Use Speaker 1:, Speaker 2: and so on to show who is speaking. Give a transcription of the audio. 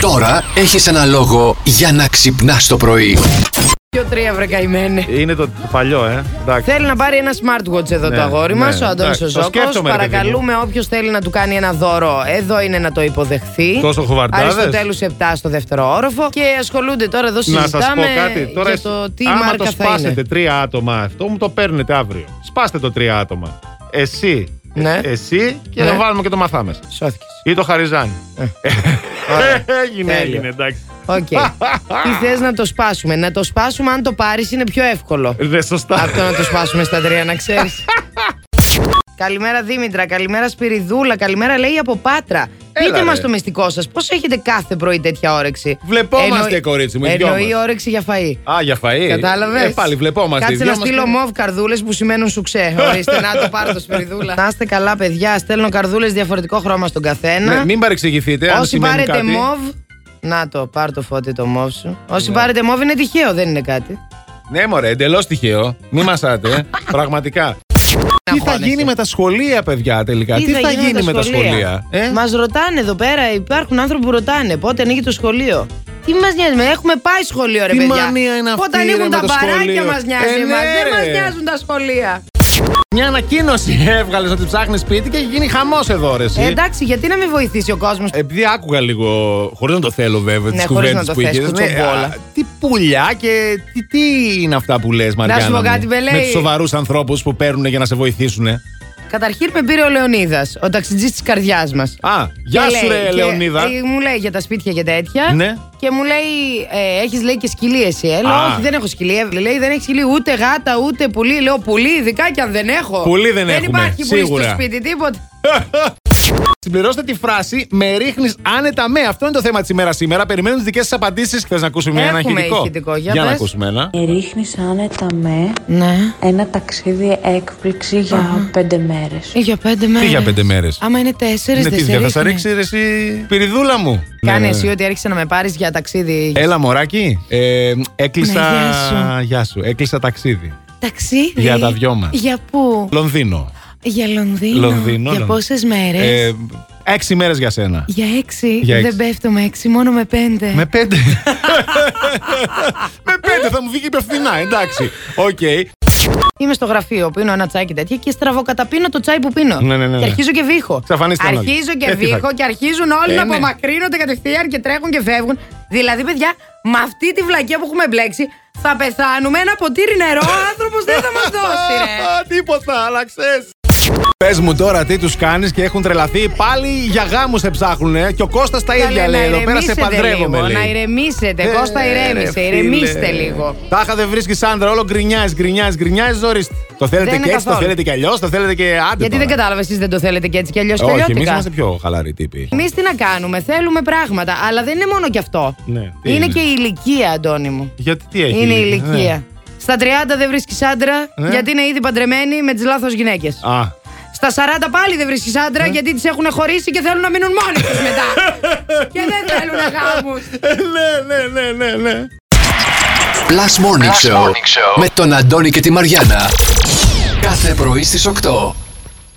Speaker 1: Τώρα έχεις ένα λόγο για να ξυπνάς το πρωί.
Speaker 2: Πιο τρία βρε καημένε.
Speaker 3: Είναι το παλιό, ε. Εντάξει.
Speaker 2: Θέλει να πάρει ένα smartwatch εδώ
Speaker 3: Ναι,
Speaker 2: το αγόρι μας,
Speaker 3: ναι,
Speaker 2: ο Αντώνης
Speaker 3: εντάξει,
Speaker 2: ο
Speaker 3: το
Speaker 2: Ζώκος.
Speaker 3: σκέφτομαι, ρε, παιδί μου.
Speaker 2: Παρακαλούμε όποιος θέλει να του κάνει ένα δώρο, εδώ είναι να το υποδεχθεί.
Speaker 3: Τόσο χουβαρτάδες.
Speaker 2: Αριστοτέλου 7 στο δεύτερο όροφο. Και ασχολούνται τώρα εδώ
Speaker 3: Να σας πω
Speaker 2: συζητάμε
Speaker 3: κάτι. Τώρα,
Speaker 2: για το τι
Speaker 3: άμα
Speaker 2: μάρκα
Speaker 3: το
Speaker 2: θα
Speaker 3: σπάσετε
Speaker 2: είναι.
Speaker 3: τρία άτομα, αυτό μου το παίρνετε αύριο. Σπάστε το τρία άτομα. Εσύ,
Speaker 2: Ναι.
Speaker 3: ε, εσύ και
Speaker 2: Ναι.
Speaker 3: να βάλουμε και το μαθάμε.
Speaker 2: Σώθηκες.
Speaker 3: Ή το χαριζάνι. Έγινε,
Speaker 2: Ε. Τέλειο.
Speaker 3: έγινε, εντάξει.
Speaker 2: Οκ. τι θες να το σπάσουμε. Να το σπάσουμε αν το πάρεις είναι πιο εύκολο.
Speaker 3: Δεν Ναι, σωστά.
Speaker 2: Αυτό να το σπάσουμε στα τρία, να ξέρεις. καλημέρα Δήμητρα, καλημέρα Σπυριδούλα, καλημέρα λέει από Πάτρα.
Speaker 3: Έλα,
Speaker 2: Πείτε
Speaker 3: ρε.
Speaker 2: μα το μυστικό σας. Πώς έχετε κάθε πρωί τέτοια όρεξη.
Speaker 4: Βλεπόμαστε, κορίτσι μου, οι δυο
Speaker 2: Εννοεί
Speaker 4: μας.
Speaker 2: όρεξη για φαΐ.
Speaker 4: Α, για φαΐ.
Speaker 2: Κατάλαβες.
Speaker 4: Ε, πάλι βλεπόμαστε. οι
Speaker 2: Κάτσε
Speaker 4: δυο
Speaker 2: να
Speaker 4: μας
Speaker 2: στείλω
Speaker 4: και-
Speaker 2: μοβ καρδούλες που σημαίνουν σουξέ. Ορίστε, να το πάρω το σπυριδούλα. να είστε καλά, παιδιά. Στέλνω καρδούλες διαφορετικό χρώμα στον καθένα.
Speaker 4: Ναι, μην παρεξηγηθείτε. αν
Speaker 2: Όσοι
Speaker 4: σημαίνει
Speaker 2: πάρετε
Speaker 4: κάτι.
Speaker 2: μοβ. Να το, πάρ το φώτι το μοβ σου. Όσοι πάρετε μοβ είναι τυχαίο, δεν είναι κάτι.
Speaker 4: Ναι, μωρέ, εντελώς τυχαίο. Μην μασάτε. ε. Πραγματικά. Τι θα
Speaker 2: αγχώνεσαι.
Speaker 4: γίνει με τα σχολεία, παιδιά, τελικά. Ε, Τι θα γίνει με τα σχολεία. ε?
Speaker 2: Μας ρωτάνε εδώ πέρα, υπάρχουν άνθρωποι που ρωτάνε πότε ανοίγει το σχολείο. Τι μας νοιάζει, με, έχουμε πάει σχολείο, ρε
Speaker 4: Τι
Speaker 2: παιδιά.
Speaker 4: μανία είναι αυτή,
Speaker 2: Πότε
Speaker 4: ρε,
Speaker 2: ανοίγουν
Speaker 4: με
Speaker 2: τα
Speaker 4: το
Speaker 2: μπαράκια
Speaker 4: σχολείο.
Speaker 2: μας νοιάζει
Speaker 4: Ε, ναι,
Speaker 2: εμάς, δεν
Speaker 4: ρε.
Speaker 2: μα νοιάζουν τα σχολεία.
Speaker 4: Μια ανακοίνωση έβγαλες ότι ψάχνεις σπίτι και έχει γίνει χαμός εδώ, ρε. εσύ.
Speaker 2: Ε, εντάξει, γιατί να με βοηθήσει ο κόσμος.
Speaker 4: Επειδή άκουγα λίγο, χωρίς να το θέλω βέβαια,
Speaker 2: Ναι,
Speaker 4: τι
Speaker 2: χωρίς
Speaker 4: κουβέντες
Speaker 2: να το
Speaker 4: που
Speaker 2: θες,
Speaker 4: είχες, ναι,
Speaker 2: κουτσομπόλα.
Speaker 4: α, Τι πουλιά και τι, τι είναι αυτά που λες, Μαριάννα.
Speaker 2: σου πω
Speaker 4: μου,
Speaker 2: κάτι, Μπελέη.
Speaker 4: Με τους σοβαρούς ανθρώπους που παίρνουν για να σε βοηθήσουν.
Speaker 2: Καταρχήν με πήρε ο Λεωνίδας, ο ταξιτζής της καρδιάς μας.
Speaker 4: Α, γεια σου, ρε, Λεωνίδα.
Speaker 2: ε, μου λέει για τα σπίτια και τέτοια.
Speaker 4: Ναι.
Speaker 2: Και μου λέει, ε, έχεις λέει και σκυλί εσύ. Ε, λέω,
Speaker 4: Α.
Speaker 2: όχι, δεν έχω σκυλί. Ε, Λέει, δεν έχεις σκυλί ούτε γάτα ούτε πουλί. Λέω, πουλί, ειδικά κι αν δεν έχω.
Speaker 4: Πουλί δεν έχουμε,
Speaker 2: υπάρχει πουλί στο
Speaker 4: σίγουρα.
Speaker 2: σπίτι, τίποτα.
Speaker 4: Συμπληρώστε τη φράση με ρίχνεις άνετα με. Αυτό είναι το θέμα της ημέρας σήμερα. Περιμένουν τις δικές σας απαντήσεις. Θες να ακούσουμε ένα
Speaker 2: Έχουμε
Speaker 4: ηχητικό.
Speaker 2: ηχητικό, για
Speaker 4: να
Speaker 2: πες.
Speaker 4: ακούσουμε ένα.
Speaker 5: Ρίχνεις άνετα με
Speaker 2: Ναι.
Speaker 5: ένα ταξίδι έκπληξη για πέντε μέρες.
Speaker 2: Ή για πέντε μέρε.
Speaker 4: Τι για πέντε μέρες.
Speaker 2: Άμα είναι τέσσερις,
Speaker 4: Ναι,
Speaker 2: δεν
Speaker 4: τι
Speaker 2: σε
Speaker 4: δια- θα σα
Speaker 2: ρίχνει.
Speaker 4: ρίξει ρε, εσύ, πυριδούλα μου.
Speaker 2: Κάνε
Speaker 4: Ναι, ναι,
Speaker 2: εσύ
Speaker 4: ναι.
Speaker 2: ότι άρχισε να με πάρεις για ταξίδι.
Speaker 4: Έλα, μωράκι. Ε, έκλεισα.
Speaker 2: Ναι, γεια σου.
Speaker 4: Γεια σου. Έκλεισα ταξίδι.
Speaker 2: Ταξίδι.
Speaker 4: Για τα δυο μας.
Speaker 2: Για πού?
Speaker 4: Λονδίνο.
Speaker 2: Για Λονδίνο.
Speaker 4: Λονδίνο,
Speaker 2: Για
Speaker 4: Λονδίνο.
Speaker 2: πόσες μέρες.
Speaker 4: Ε, έξι μέρες για σένα.
Speaker 2: Για έξι.
Speaker 4: για
Speaker 2: δεν
Speaker 4: έξι.
Speaker 2: πέφτω με έξι, μόνο με πέντε.
Speaker 4: Με πέντε. Με πέντε θα μου βγει και πιο φθηνά, εντάξει. Οκ.
Speaker 2: Είμαι στο γραφείο, πίνω ένα τσάκι τέτοια και στραβοκαταπίνω το τσάι που πίνω.
Speaker 4: Ναι, ναι, ναι,
Speaker 2: Και
Speaker 4: ναι.
Speaker 2: αρχίζω και βήχω.
Speaker 4: Εξαφανίστε όλοι.
Speaker 2: Αρχίζω και
Speaker 4: Ε, τι θα-
Speaker 2: βήχω και αρχίζουν όλοι
Speaker 4: Ε,
Speaker 2: να
Speaker 4: ναι.
Speaker 2: απομακρύνονται κατευθείαν και τρέχουν και φεύγουν. Δηλαδή, παιδιά, με αυτή τη βλακία που έχουμε μπλέξει, θα πεθάνουμε. Ένα ποτήρι νερό, ο άνθρωπος δεν θα μας δώσει, ρε.
Speaker 4: Α, Τίποτα, άλλαξες. Πες μου τώρα τι τους κάνεις και έχουν τρελαθεί. Πάλι για γάμους σε ψάχνουνε. Και ο Κώστας τα
Speaker 2: Καλέ, ναι,
Speaker 4: ίδια
Speaker 2: να
Speaker 4: λέει. Εδώ πέρα σε
Speaker 2: ηρεμήσετε
Speaker 4: παντρεύομαι.
Speaker 2: λίγο,
Speaker 4: λέει.
Speaker 2: Να ηρεμήσετε.
Speaker 4: Ε,
Speaker 2: Κώστα,
Speaker 4: ρε,
Speaker 2: ηρέμησε.
Speaker 4: φίλε.
Speaker 2: Ηρεμήστε λίγο.
Speaker 4: Τάχα δεν βρίσκει άντρα, όλο γκρινιάζει, γκρινιάζει, γκρινιάζει, ζορίστε. Το θέλετε
Speaker 2: είναι
Speaker 4: και έτσι, το
Speaker 2: καθόλου.
Speaker 4: θέλετε και αλλιώς, το θέλετε και άντε.
Speaker 2: Γιατί δεν
Speaker 4: τώρα.
Speaker 2: κατάλαβες, εσείς δεν το θέλετε και έτσι κι αλλιώς
Speaker 4: Όχι, εμείς είμαστε πιο χαλαροί τύποι.
Speaker 2: Εμείς τι να κάνουμε, θέλουμε πράγματα. Αλλά δεν είναι μόνο κι αυτό.
Speaker 4: Ναι, τι
Speaker 2: είναι,
Speaker 4: είναι.
Speaker 2: και η ηλικία, Αντώνη μου.
Speaker 4: Γιατί τι έχει.
Speaker 2: είναι η
Speaker 4: ναι.
Speaker 2: ηλικία. Στα 30 δεν βρίσκεις άντρα,
Speaker 4: Ναι.
Speaker 2: γιατί είναι ήδη παντρεμένοι με τις λάθος γυναίκες.
Speaker 4: Α, Ναι.
Speaker 2: Στα 40 πάλι δεν βρίσκεις άντρα, γιατί τις έχουν χωρίσει και θέλουν να μείνουν μόνοι τους μετά. και δεν θέλουν γάμου.
Speaker 4: ναι, ναι, ναι, ναι, ναι.
Speaker 1: Plus Morning, Show, με τον Αντώνη και τη Μαριάνα. Κάθε πρωί στις 8.